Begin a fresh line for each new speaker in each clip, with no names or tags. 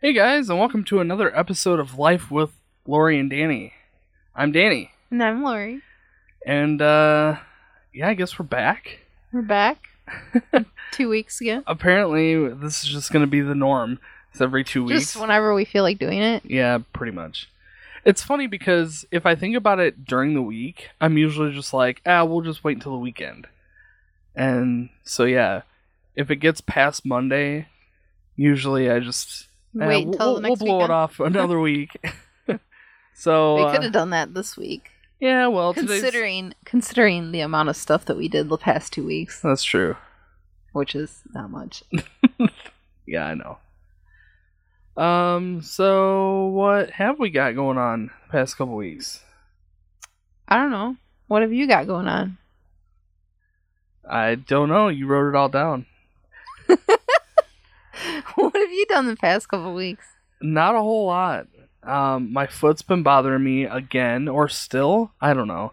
Hey guys, and welcome to another episode of Life with Lori and Danny. I'm Danny,
And I'm Lori.
and uh, yeah, I guess we're back.
We're back two weeks ago.
Apparently, this is just going to be the norm. It's every two weeks.
Just whenever we feel like doing it.
Yeah, pretty much. It's funny because if I think about it during the week, I'm usually just like, ah, we'll just wait until the weekend. And so, yeah, if it gets past Monday, usually I just eh,
Wait
we'll,
until
we'll-
the
we'll
next
blow it
weekend.
off another week. so,
we
uh,
could have done that this week.
yeah, well, today's-
Considering considering the amount of stuff that we did the past two weeks,
That's true.
which is not much.
Yeah, I know. Um, so what have we got going on the past couple weeks?
I don't know. What have you got going on?
I don't know. You wrote it all down.
what have you done the past couple weeks?
Not a whole lot. Um, my foot's been bothering me again, or still. I don't know.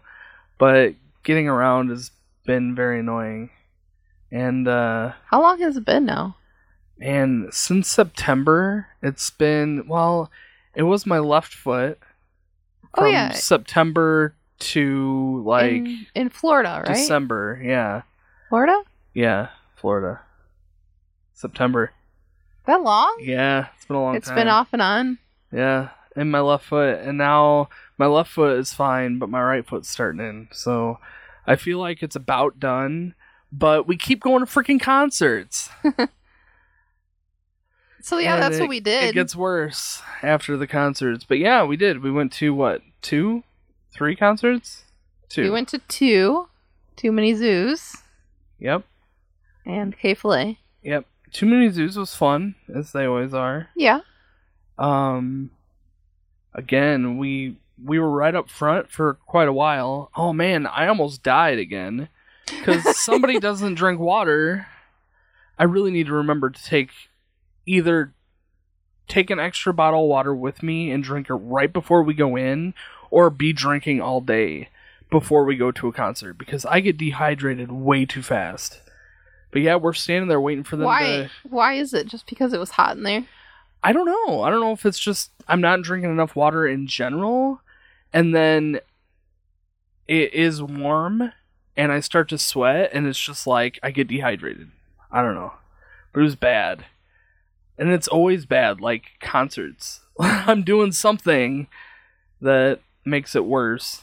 But getting around has been very annoying. And, uh,
How long has it been now?
and since September, it's been, well, it was my left foot
Oh,
from
yeah.
September to, like,
in, in Florida, right?
December. Yeah.
Florida?
Yeah. Florida. September.
That long?
Yeah. It's been a long
It's
time.
been off and on.
Yeah, and my left foot, and now my left foot is fine, but my right foot's starting in. So I feel like it's about done, but we keep going to freaking concerts.
So Oh, yeah,
And
that's
it-
what we did.
It gets worse after the concerts, but yeah, we did. We went to what two, three concerts? Two.
We went to two, too many zoos,
Yep,
and K Filet.
yep. Too many zoos was fun, as they always are.
Yeah.
Um, again, we we were right up front for quite a while. Oh man, I almost died again because somebody doesn't drink water. I really need to remember to take either take an extra bottle of water with me and drink it right before we go in, or be drinking all day before we go to a concert because I get dehydrated way too fast. But yeah, we're standing there waiting for them
why
to
why is it just because it was hot in there
I don't know. I don't know if it's just I'm not drinking enough water in general, and then it is warm, and I start to sweat, and it's just like I get dehydrated. I don't know, but it was bad, and it's always bad. Like concerts, I'm doing something that makes it worse.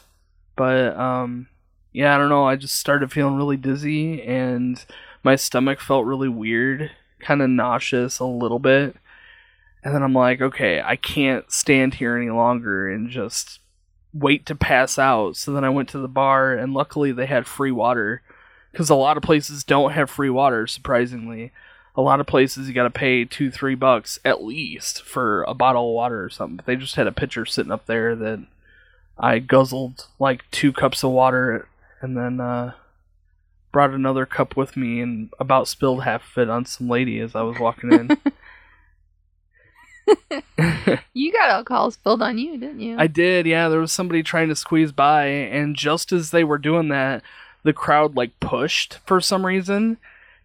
But um, yeah, I don't know. I just started feeling really dizzy, and my stomach felt really weird, kind of nauseous a little bit. And then I'm like, okay, I can't stand here any longer and just wait to pass out. So then I went to the bar, and luckily they had free water because a lot of places don't have free water, surprisingly. A lot of places you got to pay two, three bucks at least for a bottle of water or something. But they just had a pitcher sitting up there that I guzzled like two cups of water and then uh, brought another cup with me and about spilled half of it on some lady as I was walking in.
you got alcohol spilled on you didn't you
I did, yeah. There was somebody trying to squeeze by, and just as they were doing that, the crowd like pushed for some reason.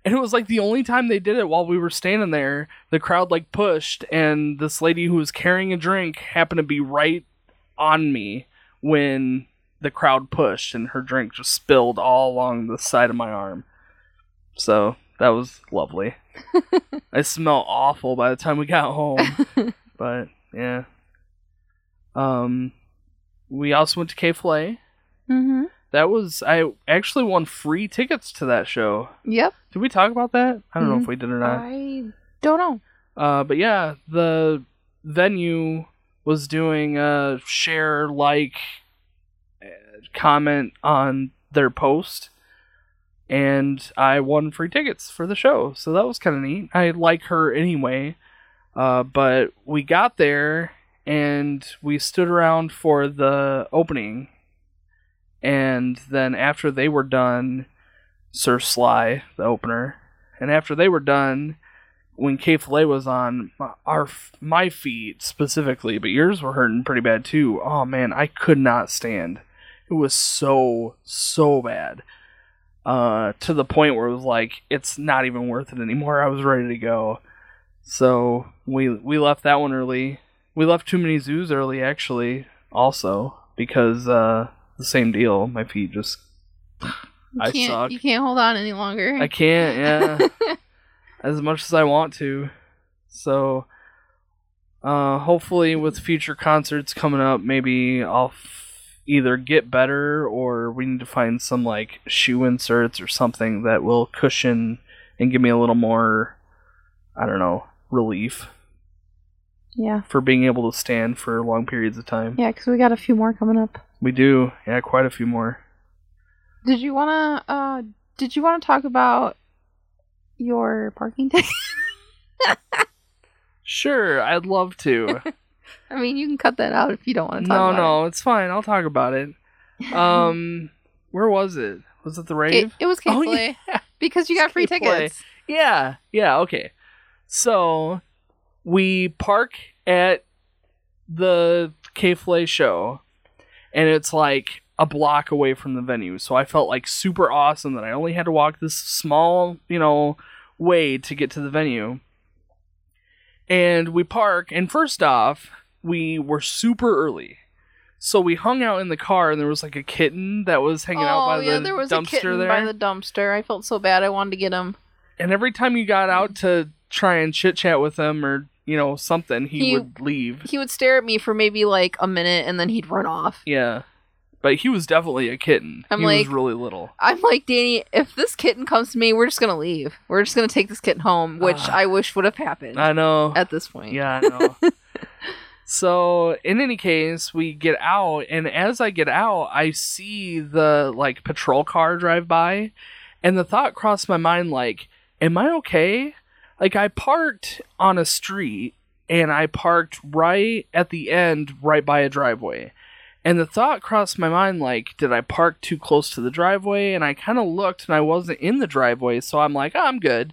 And it was like the only time they did it while we were standing there. The crowd like pushed, and this lady who was carrying a drink happened to be right on me when the crowd pushed, and her drink just spilled all along the side of my arm. So that was lovely. I smell awful by the time we got home, but yeah. Um, we also went to K Filet.
mm-hmm.
That was I actually won free tickets to that show.
yep
Did we talk about that? I don't know
Mhm.
if we did or not.
i don't know
Uh, but yeah, the venue was doing a share, like, uh, comment on their post, and I won free tickets for the show. So that was kind of neat. I like her anyway. Uh, but we got there and we stood around for the opening, and then after they were done, Sir Sly, the opener, and after they were done when K Filet was on, my, our f- my feet specifically, but yours were hurting pretty bad too. Oh man, I could not stand. It was so so bad, uh, to the point where it was like it's not even worth it anymore. I was ready to go, So we we left that one early. We left too many zoos early actually also because uh the same deal. My feet just
You
I
can't,
suck.
You can't hold on any longer.
I can't, yeah. as much as I want to. So uh hopefully with future concerts coming up, maybe I'll f- either get better or we need to find some like shoe inserts or something that will cushion and give me a little more I don't know, relief
yeah.
for being able to stand for long periods of time.
Yeah, because we got a few more coming up.
We do, yeah, quite a few more.
Did you wanna uh did you wanna talk about your parking ticket?
Sure, I'd love to.
I mean you can cut that out if you don't want to talk
no,
about
no, it's fine. I'll talk about it.
it.
Um, where was it? Was it the rave?
it, it was Cape
Oh,
Play because you got free
Cape Play.
tickets.
Yeah, yeah, okay. So we park at the K-Flay show, and it's like a block away from the venue. So I felt like super awesome that I only had to walk this small, you know, way to get to the venue. And we park, and first off, we were super early. So we hung out in the car, and there was like a kitten that was hanging out by
Oh, yeah,
the
there was
dumpster
a kitten
there
by the dumpster. I felt so bad. I wanted to get him.
and every time you got out to try and chit chat with him or you know something he,
He-
would leave
He would stare at me for maybe like a minute and then he'd run off.
yeah but he was definitely a kitten
I'm
he was
like-
really little
I'm like, Danny, if this kitten comes to me, we're just gonna leave. We're just gonna take this kitten home, which
Ah.
I wish would have happened
i know
at this point.
yeah i know so in any case we get out and as i get out i see the like patrol car drive by and the thought crossed my mind like am i okay like i parked on a street and i parked right at the end right by a driveway and the thought crossed my mind like did i park too close to the driveway and i kind of looked and i wasn't in the driveway so i'm like oh, i'm good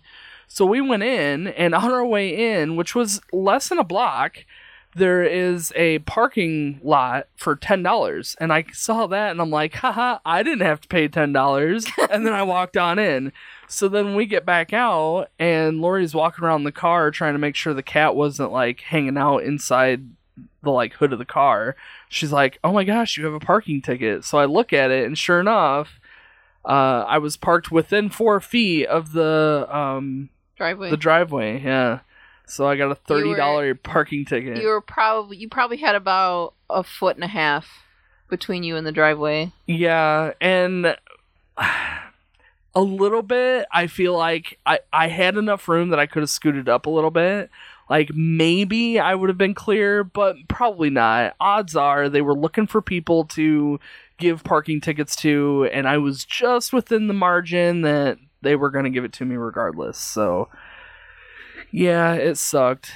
so we went in and on our way in which was less than a block there is a parking lot for $10 and i saw that and i'm like haha i didn't have to pay $10 and then i walked on in so then we get back out, and Lori's walking around the car trying to make sure the cat wasn't like hanging out inside the like hood of the car. She's like, "Oh my gosh, you have a parking ticket!" So I look at it, and sure enough, uh, I was parked within four feet of the um,
Driveway.
the driveway. Yeah, so I got a
You
thirty
were-
dollar parking ticket.
you were probably you probably had about a foot and a half between you and the driveway.
Yeah, and a little bit I feel like I I had enough room that I could have scooted up a little bit. Like maybe I would have been clear, but probably not. Odds are they were looking for people to give parking tickets to and I was just within the margin that they were going to give it to me regardless. So yeah, it sucked.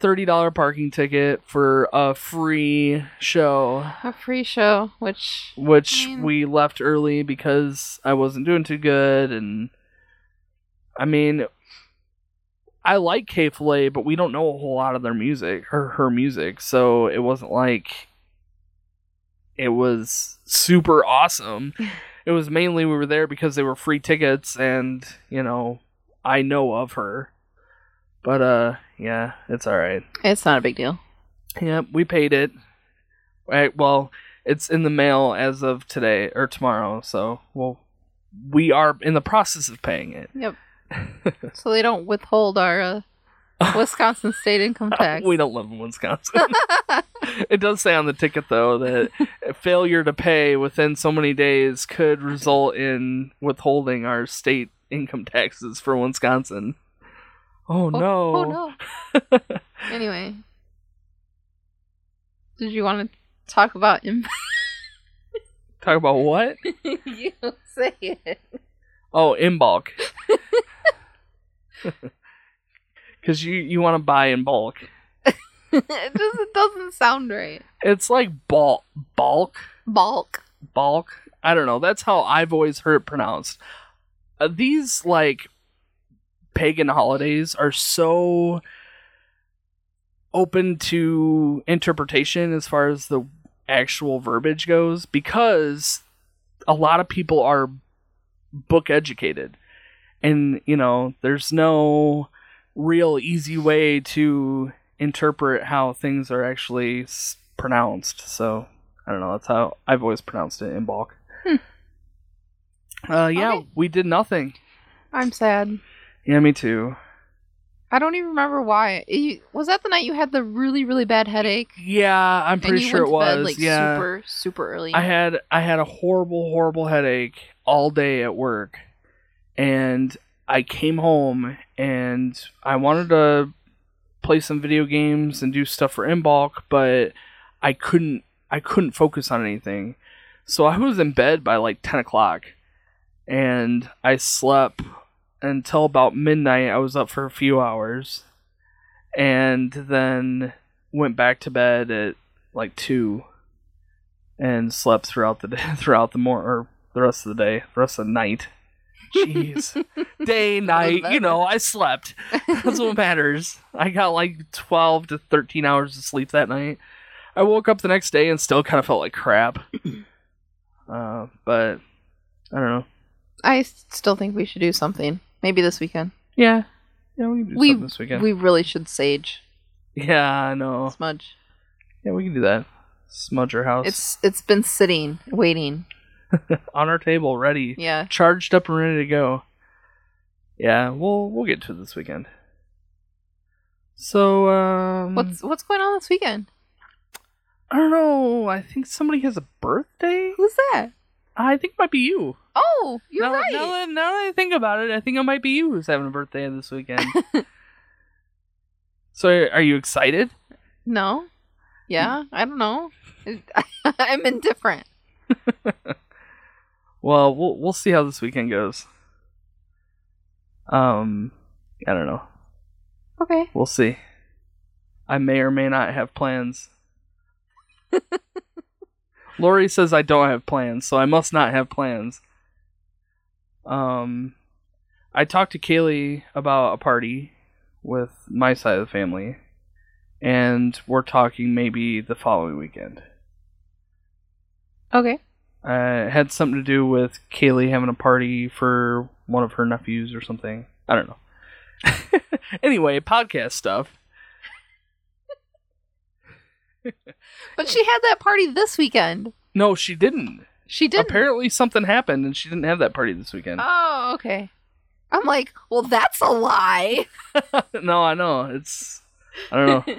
$30 parking ticket for a free show
A free show, which
which
I mean-
we left early because I wasn't doing too good and I mean I like K Flay, but we don't know a whole lot of their music her her music, so it wasn't like it was super awesome. it was mainly we were there because they were free tickets and, you know, I know of her. But uh yeah, it's alright.
it's not a big deal.
Yep, we paid it. Right, well, it's in the mail as of today or tomorrow, so well, we are in the process of paying it.
Yep. so they don't withhold our uh, Wisconsin state income tax.
we don't live in Wisconsin. it does say on the ticket though that failure to pay within so many days could result in withholding our state income taxes for Wisconsin. Oh,
Oh,
no.
Oh no. anyway, did you want to talk about him?
Talk about what?
you say it.
Oh, in bulk. Cuz you you want to buy in bulk.
it just it doesn't sound right.
It's like bulk, bulk,
Bulk.
bulk. I don't know. That's how I've always heard it pronounced. Uh, these like pagan holidays are so open to interpretation as far as the actual verbiage goes because a lot of people are book educated and you know there's no real easy way to interpret how things are actually s- pronounced. So I don't know. That's how I've always pronounced it in bulk.
Hmm.
Uh, yeah,
Okay.
we did nothing.
I'm sad.
Yeah, me too.
I don't even remember why. It, was that the night you had the really really bad headache?
Yeah, I'm
and
pretty
you
sure it
went to
was.
Bed, like
yeah,
super super early.
I had I had a horrible horrible headache all day at work, and I came home and I wanted to play some video games and do stuff for in bulk, but I couldn't I couldn't focus on anything. So I was in bed by like ten o'clock, and I slept until about midnight. I was up for a few hours, and then went back to bed at like two and slept throughout the day, throughout the more or the rest of the day, the rest of the night. Jeez, day, night. You know, I slept. That's what matters. I got like twelve to thirteen hours of sleep that night. I woke up the next day and still kind of felt like crap. Uh, but I don't know.
I s- still think we should do something. Maybe this weekend.
Yeah, yeah, we can do
We-
something this weekend.
We really should sage
yeah, I know.
smudge.
Yeah, we can do that. Smudge our house.
It's it's been sitting waiting.
on our table, ready.
Yeah.
charged up and ready to go. Yeah, we'll we'll get to it this weekend. So um
What's what's going on this weekend?
I don't know, I think somebody has a birthday.
Who's that?
I think it might be you.
Oh, you're
now,
right.
Now that, now that I think about it, I think it might be you who's having a birthday this weekend. so are, are you excited?
No. Yeah, I don't know. I'm indifferent.
Well, we'll we'll see how this weekend goes. Um I don't know.
Okay.
We'll see. I may or may not have plans. Lori says I don't have plans, so I must not have plans. Um, I talked to Kaylee about a party with my side of the family, and we're talking maybe the following weekend.
Okay.
Uh, it had something to do with Kaylee having a party for one of her nephews or something. I don't know. anyway, podcast stuff.
But she had that party this weekend.
No, she didn't.
She did. not
Apparently something happened and she didn't have that party this weekend.
Oh, okay. I'm like, well, that's a lie.
no, I know. It's I don't know.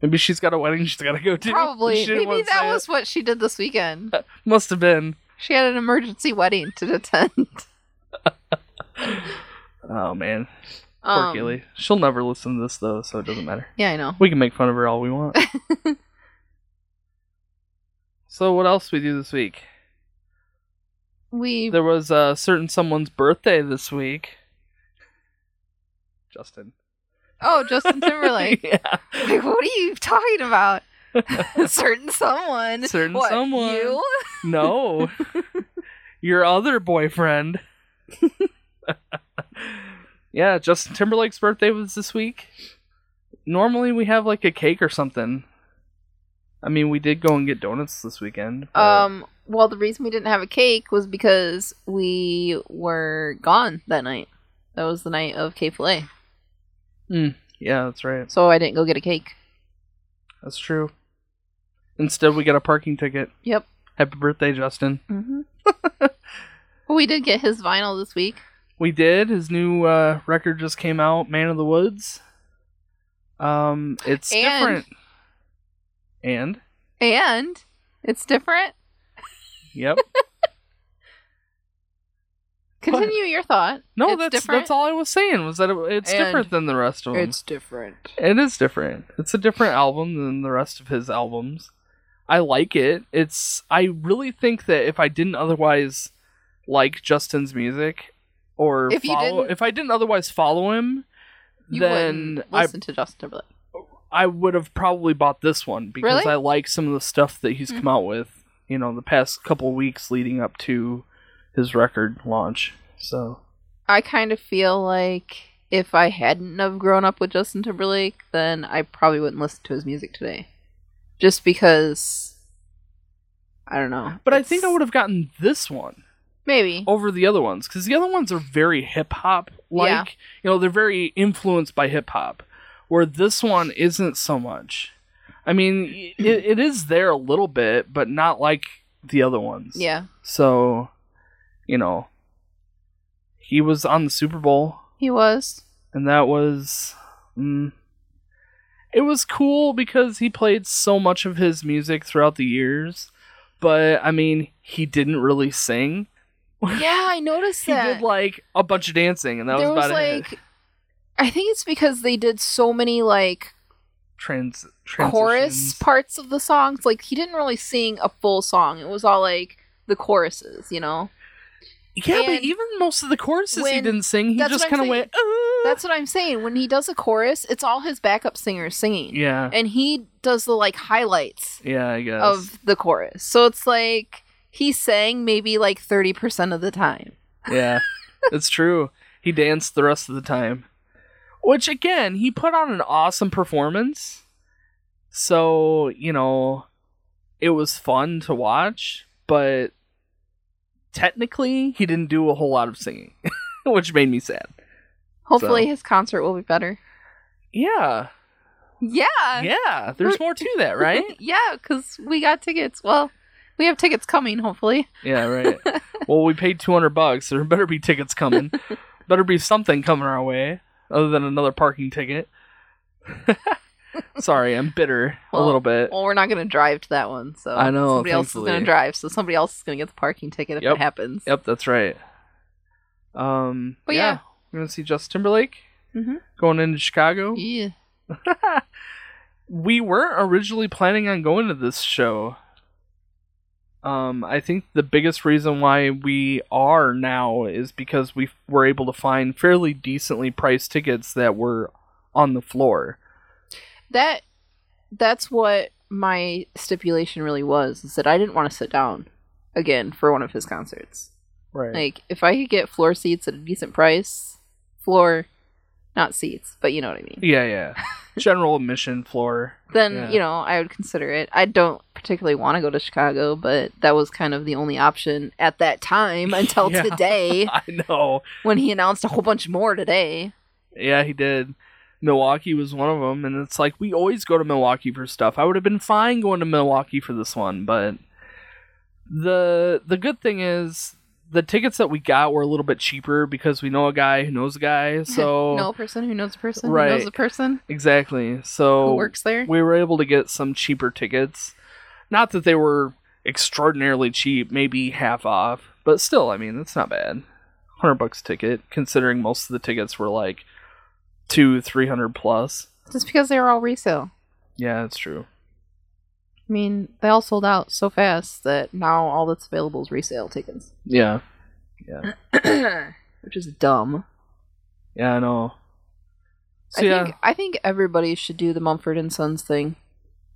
Maybe she's got a wedding she's got to go to.
Probably.
She didn't
Maybe
wanna
that
say it.
was what she did this weekend.
must have been.
She had an emergency wedding to attend.
Oh man, poor
Um,
Kaylee. She'll never listen to this though, so it doesn't matter.
Yeah, I know.
We can make fun of her all we want. so what else we do this week?
We
There was a certain someone's birthday this week. Justin.
oh Justin Timberlake.
yeah.
like, what are you talking about? Certain someone.
Certain
What,
someone.
You?
No. Your other boyfriend. yeah, Justin Timberlake's birthday was this week. Normally we have like a cake or something. I mean, we did go and get donuts this weekend. but-
Um. Well, the reason we didn't have a cake was because we were gone that night. That was the night of K Filet,
yeah, that's right.
so I didn't go get a cake.
That's true. Instead, we got a parking ticket.
Yep.
Happy birthday, Justin.
Mm-hmm. but we did get his vinyl this week.
We did. His new uh, record just came out, Man of the Woods. Um, it's
And-
different. And
And it's different.
yep.
Continue your thought.
No,
It's
that's
different?
that's all I was saying was that it, it's
And
different than the rest of them.
different.
It is different. It's a different album than the rest of his albums. I like it. It's I really think that if I didn't otherwise like Justin's music or
If you
follow
didn't-
if I didn't otherwise follow him,
You
then
wouldn't
I
listen to Justin Timberlake.
I would have probably bought this one because
Really?
I like some of the stuff that he's
Mm.
come out with, you know, the past couple weeks leading up to his record launch. So
I kind of feel like if I hadn't have grown up with Justin Timberlake, then I probably wouldn't listen to his music today. Just because I don't know.
But I think I would have gotten this one.
Maybe.
over the other ones because the other ones are very hip hop like.
Yeah.
You know, they're very influenced by hip hop, where this one isn't so much. I mean, it, it is there a little bit, but not like the other ones.
Yeah.
So, you know, he was on the Super Bowl,
He was.
and that was. Mm, it was cool because he played so much of his music throughout the years, but I mean, he didn't really sing.
Yeah, I noticed
He
that.
did like a bunch of dancing, and that
there
was
was
about it.
like I think it's because they did so many like
Trans
chorus
transitions.
parts of the songs. Like he didn't really sing a full song. It was all like the choruses, you know.
Yeah, but
and
even most of the choruses he
when-
didn't sing. He
that's
just
what I'm
kind of went. "Ooh."
That's what I'm saying. When he does a chorus, it's all his backup singers singing.
yeah,
And he does the like highlights
yeah, I guess.
of the chorus. So it's like he sang maybe like 30% of the time.
Yeah, it's true. He danced the rest of the time, which again, he put on an awesome performance. So you know, it was fun to watch, but technically, he didn't do a whole lot of singing, which made me sad.
Hopefully
So-
his concert will be better.
Yeah,
Yeah.
Uh, yeah. There's more to that, right?
yeah, cuz we got tickets. Well, we have tickets coming hopefully.
Yeah, right. well, we paid 200 bucks. There better be tickets coming. better be something coming our way other than another parking ticket. Sorry, I'm bitter a
Well,
little bit.
Well, we're not going to drive to that one, so
I know,
somebody else is
thankfully.
going to drive, so somebody else is going to get the parking ticket if
Yep.
it happens.
Yep, that's right. Um,
But
yeah. Mm-hmm.
yeah.
We're going to see Justin Timberlake
Mhm.
going into Chicago.
Yeah.
we were originally planning on going to this show. Um, I think the biggest reason why we are now is because we were able to find fairly decently priced tickets that were on the floor.
That that's what my stipulation really was is that I didn't want to sit down again for one of his concerts.
Right.
Like if I could get floor seats at a decent price, floor not seats, but you know what I mean.
yeah, yeah. General admission floor.
Then,
Yeah.
you know, I would consider it. I don't particularly want to go to Chicago, but that was kind of the only option at that time until
Yeah.
today
I know.
when he announced a whole bunch more today.
Yeah, he did. Milwaukee was one of them, and it's like we always go to Milwaukee for stuff. I would have been fine going to Milwaukee for this one, but the the good thing is the tickets that we got were a little bit cheaper because we know a guy who knows a guy. So
no person who knows a person who
Right.
knows a person
exactly, so
who works there.
we were able to get some cheaper tickets. Not that they were extraordinarily cheap, maybe half off, but still, I mean, that's not bad. Hundred bucks a ticket, considering most of the tickets were like two, three hundred plus.
Just because they were all resale.
Yeah, that's true.
I mean, they all sold out so fast that now all that's available is resale tickets,
Yeah.
which is dumb.
Yeah, I know. So
I
yeah,
think I think everybody should do the Mumford and Sons thing,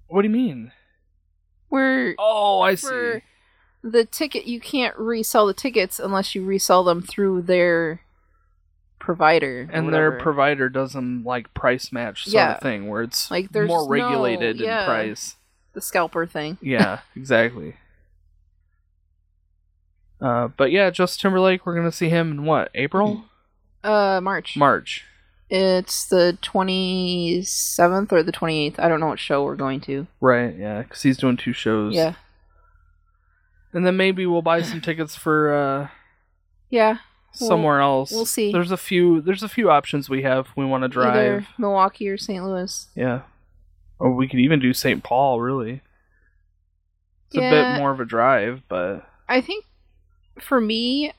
what do you mean?
where
Oh, I see.
for the ticket you can't resell the tickets unless you resell them through their provider or
And their
whatever.
provider does them like price match sort
Yeah.
of thing, where it's
Like, there's
more
no-
regulated
yeah.
in price.
the scalper thing.
Yeah, exactly. Uh, but yeah, Justin Timberlake, we're gonna see him in what April,
Uh, March.
March.
It's the 27th or the 28th. I don't know what show we're going to.
Right, yeah, because he's doing two shows.
Yeah.
and then maybe we'll buy some tickets for uh,
Yeah. We'll-
somewhere else.
we'll see.
There's a few. There's a few options we have. We want to drive.
Either Milwaukee or St. Louis.
Yeah. Or we could even do St. Paul, really. It's a
Yeah.
bit more of a drive, but
I think for me,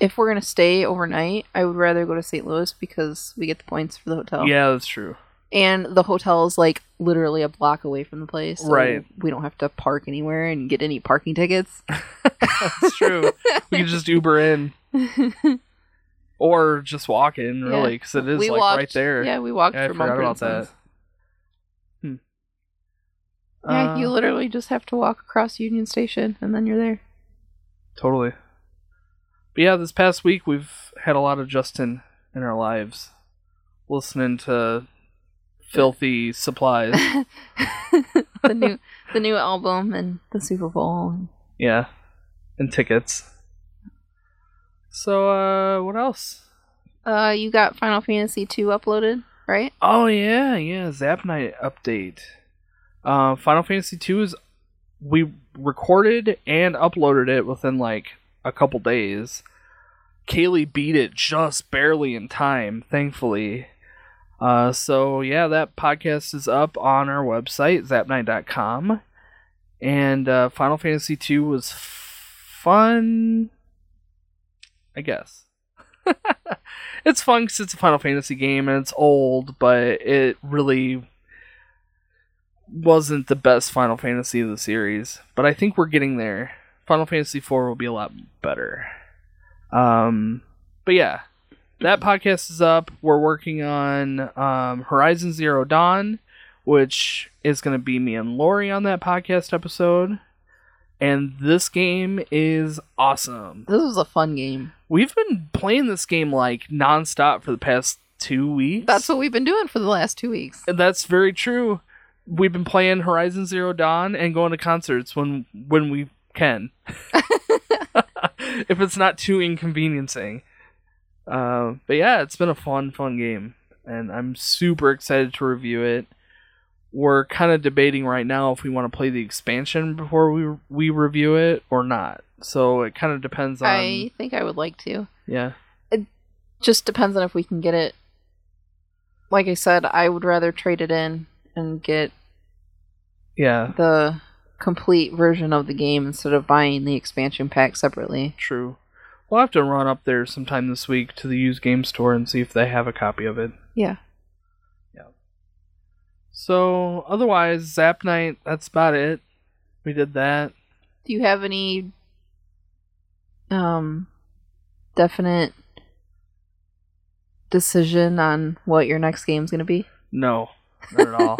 if we're going to stay overnight, I would rather go to St. Louis because we get the points for the hotel.
yeah, that's true.
And the hotel is like literally a block away from the place. so
Right.
We don't have to park anywhere and get any parking tickets.
That's true. we could just Uber in
it
or just walk in, really,
Yeah.
because it is like right there.
Yeah, we walked
Yeah, I
from
forgot
Mumford
about
and Sons.
that. Hmm.
Yeah,
Uh,
you literally just have to walk across Union Station and then you're there.
Totally. But yeah, this past week we've had a lot of Justin in our lives, listening to filthy supplies.
the new the new album and the Super Bowl.
Yeah. And tickets. So uh what else?
Uh, you got Final Fantasy two uploaded, right?
Oh yeah, yeah, Zap Night update. Uh Final Fantasy 2 is we recorded and uploaded it within like a couple days. Kaylee beat it just barely in time, thankfully. Uh, so yeah, that podcast is up on our website, zapnight.com. And uh, Final Fantasy II was f- fun, I guess. it's fun because it's a Final Fantasy game and it's old, but it really wasn't the best Final Fantasy of the series. But I think we're getting there. Final Fantasy IV will be a lot better. Um, but yeah, that podcast is up. We're working on um, Horizon Zero Dawn, which is going to be me and Lori on that podcast episode. And this game is awesome.
This was a fun game.
We've been playing this game like nonstop for the past two weeks.
That's what we've been doing for the last two weeks.
That's very true. We've been playing Horizon Zero Dawn and going to concerts when when we can. if it's not too inconveniencing. Uh, but yeah, it's been a fun, fun game, and I'm super excited to review it. We're kind of debating right now if we want to play the expansion before we we review it or not. So it kind of depends on
I think I would like to.
yeah.
Just depends on if we can get it. Like I said, I would rather trade it in and get
Yeah,
the complete version of the game instead of buying the expansion pack separately.
true. We'll have to run up there sometime this week to the used game store and see if they have a copy of it.
Yeah.
So otherwise, Zap Night, that's about it. We did that.
Do you have any um definite decision on what your next game's going to be?
No, not at all.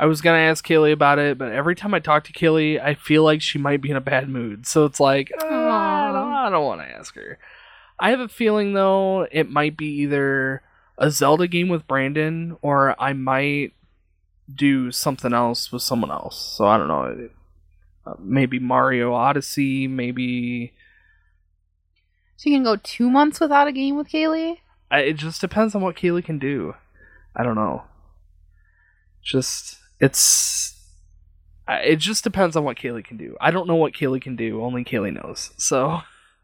I was gonna ask Kaylee about it, but every time I talk to Kaylee, I feel like she might be in a bad mood. So it's like "Ah, I don't,
Aw.
want to ask her. I have a feeling though it might be either a Zelda game with Brandon, or I might do something else with someone else. So I don't know. Uh, Maybe Mario Odyssey. Maybe
So you can go 2 months without a game with Kaylee?
I, it just depends on what Keely can do. I don't know. Just it's I, it just depends on what Kaylee can do. I don't know what Kaylee can do. Only Kaylee knows. So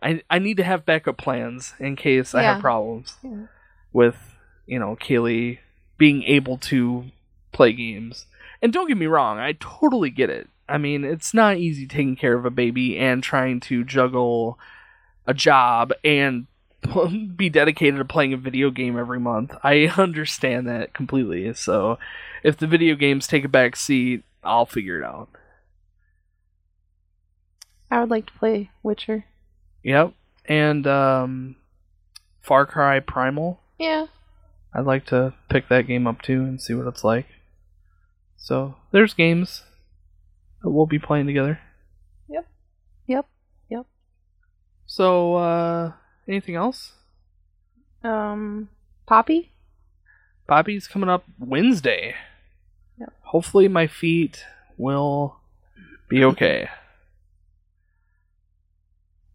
I I need to have backup plans in case I have
Yeah.
problems
Yeah.
with you know Kaylee being able to play games. And don't get me wrong, I totally get it. I mean, it's not easy taking care of a baby and trying to juggle a job and be dedicated to playing a video game every month. I understand that completely. So if the video games take a back seat, I'll figure it out.
I would like to play Witcher.
Yep. And um Far Cry Primal.
Yeah.
I'd like to pick that game up too and see what it's like. So there's games that we'll be playing together.
Yep.
So uh anything else?
Um Poppy?
Bobby's coming up Wednesday.
Yep.
Hopefully my feet will be okay.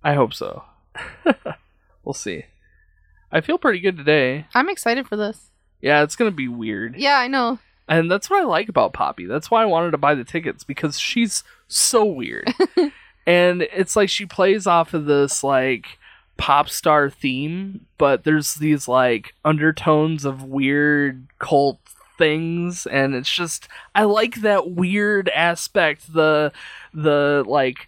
I hope so. we'll see. I feel pretty good today.
I'm excited for this.
Yeah, it's gonna be weird.
Yeah, I know.
And that's what I like about Poppy. That's why I wanted to buy the tickets because she's so weird. and it's like she plays off of this like pop star theme, but there's these like undertones of weird cult things and it's just I like that weird aspect, the the like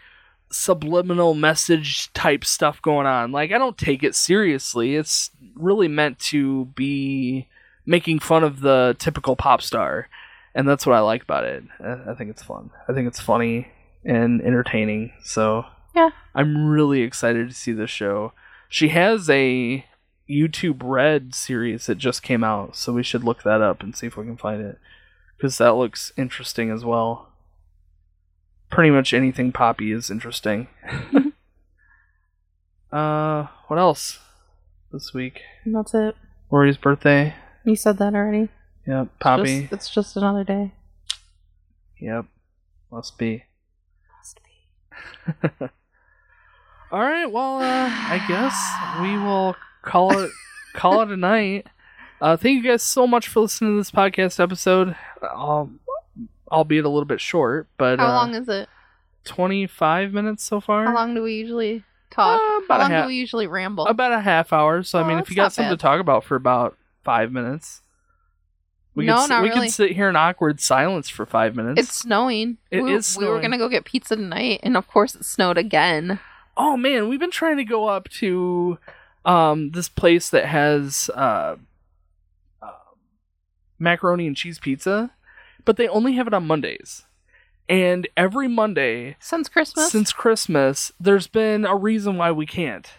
subliminal message type stuff going on. Like I don't take it seriously. It's really meant to be making fun of the typical pop star, and that's what I like about it. I I think it's fun. I think it's funny and entertaining. So
Yeah.
I'm really excited to see this show. She has a YouTube Red series that just came out, so we should look that up and see if we can find it because that looks interesting as well. Pretty much anything Poppy is interesting.
Mm-hmm.
uh, what else this week?
And that's it.
Rory's birthday.
You said that already.
Yep, Poppy.
Just- it's just another day.
Yep, must be.
Must be.
All right. Well, uh, I guess we will call it call it a night. Uh, thank you guys so much for listening to this podcast episode, um, albeit a little bit short, but
How
uh,
long is it?
twenty five minutes so far.
How long do we usually
Uh,
talk? How
about a
long
half,
do we usually ramble?
about a half hour. So I
Oh,
mean, if
that's
you got
not
something
bad.
to talk about for about five minutes, we
No,
could, s-
not
we
really.
could sit here in awkward silence for five minutes.
It's snowing.
It
we,
is
We were
snowing.
gonna go get pizza tonight, and of course it snowed again.
oh man, we've been trying to go up to um this place that has uh, uh macaroni and cheese pizza, but they only have it on Mondays. And every Monday
Since Christmas,
since Christmas, there's been a reason why we can't.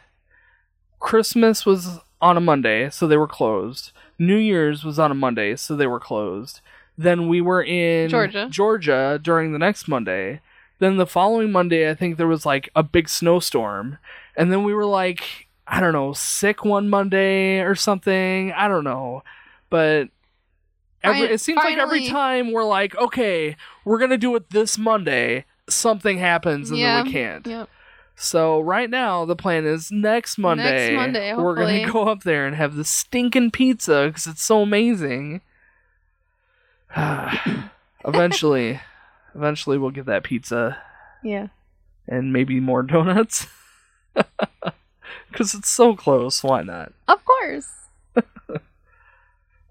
Christmas was on a Monday, so they were closed. New Year's was on a Monday, so they were closed. Then we were in
Georgia.
Georgia during the next Monday. Then the following Monday, I think there was like a big snowstorm. And then we were like, I don't know, sick one Monday or something. I don't know. But every,
Fin-
it seems like every
finally-
time we're like, okay, we're going to do it this Monday. Something happens and then we
Yeah.
can't.
Yep.
So right now the plan is next Monday.
Monday,
we're gonna
hopefully.
go up there and have the stinking pizza because it's so amazing. eventually, eventually we'll get that pizza
Yeah.
and maybe more donuts because it's so close. Why not?
Of course.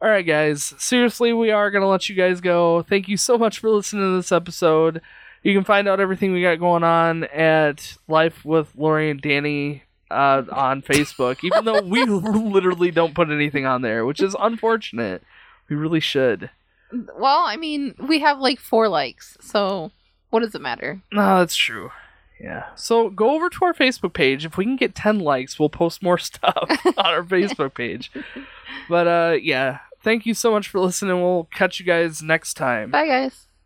All right, guys. Seriously, we are going to let you guys go. Thank you so much for listening to this episode. You can find out everything we got going on at Life with Lori and Danny uh, on Facebook, even though we literally don't put anything on there, which is unfortunate. We really should.
Well, I mean, we have like four likes, so what does it matter?
No, that's true. Yeah. So go over to our Facebook page. If we can get 10 likes, we'll post more stuff on our Facebook page. But uh, yeah, thank you so much for listening. We'll catch you guys next time.
Bye, guys.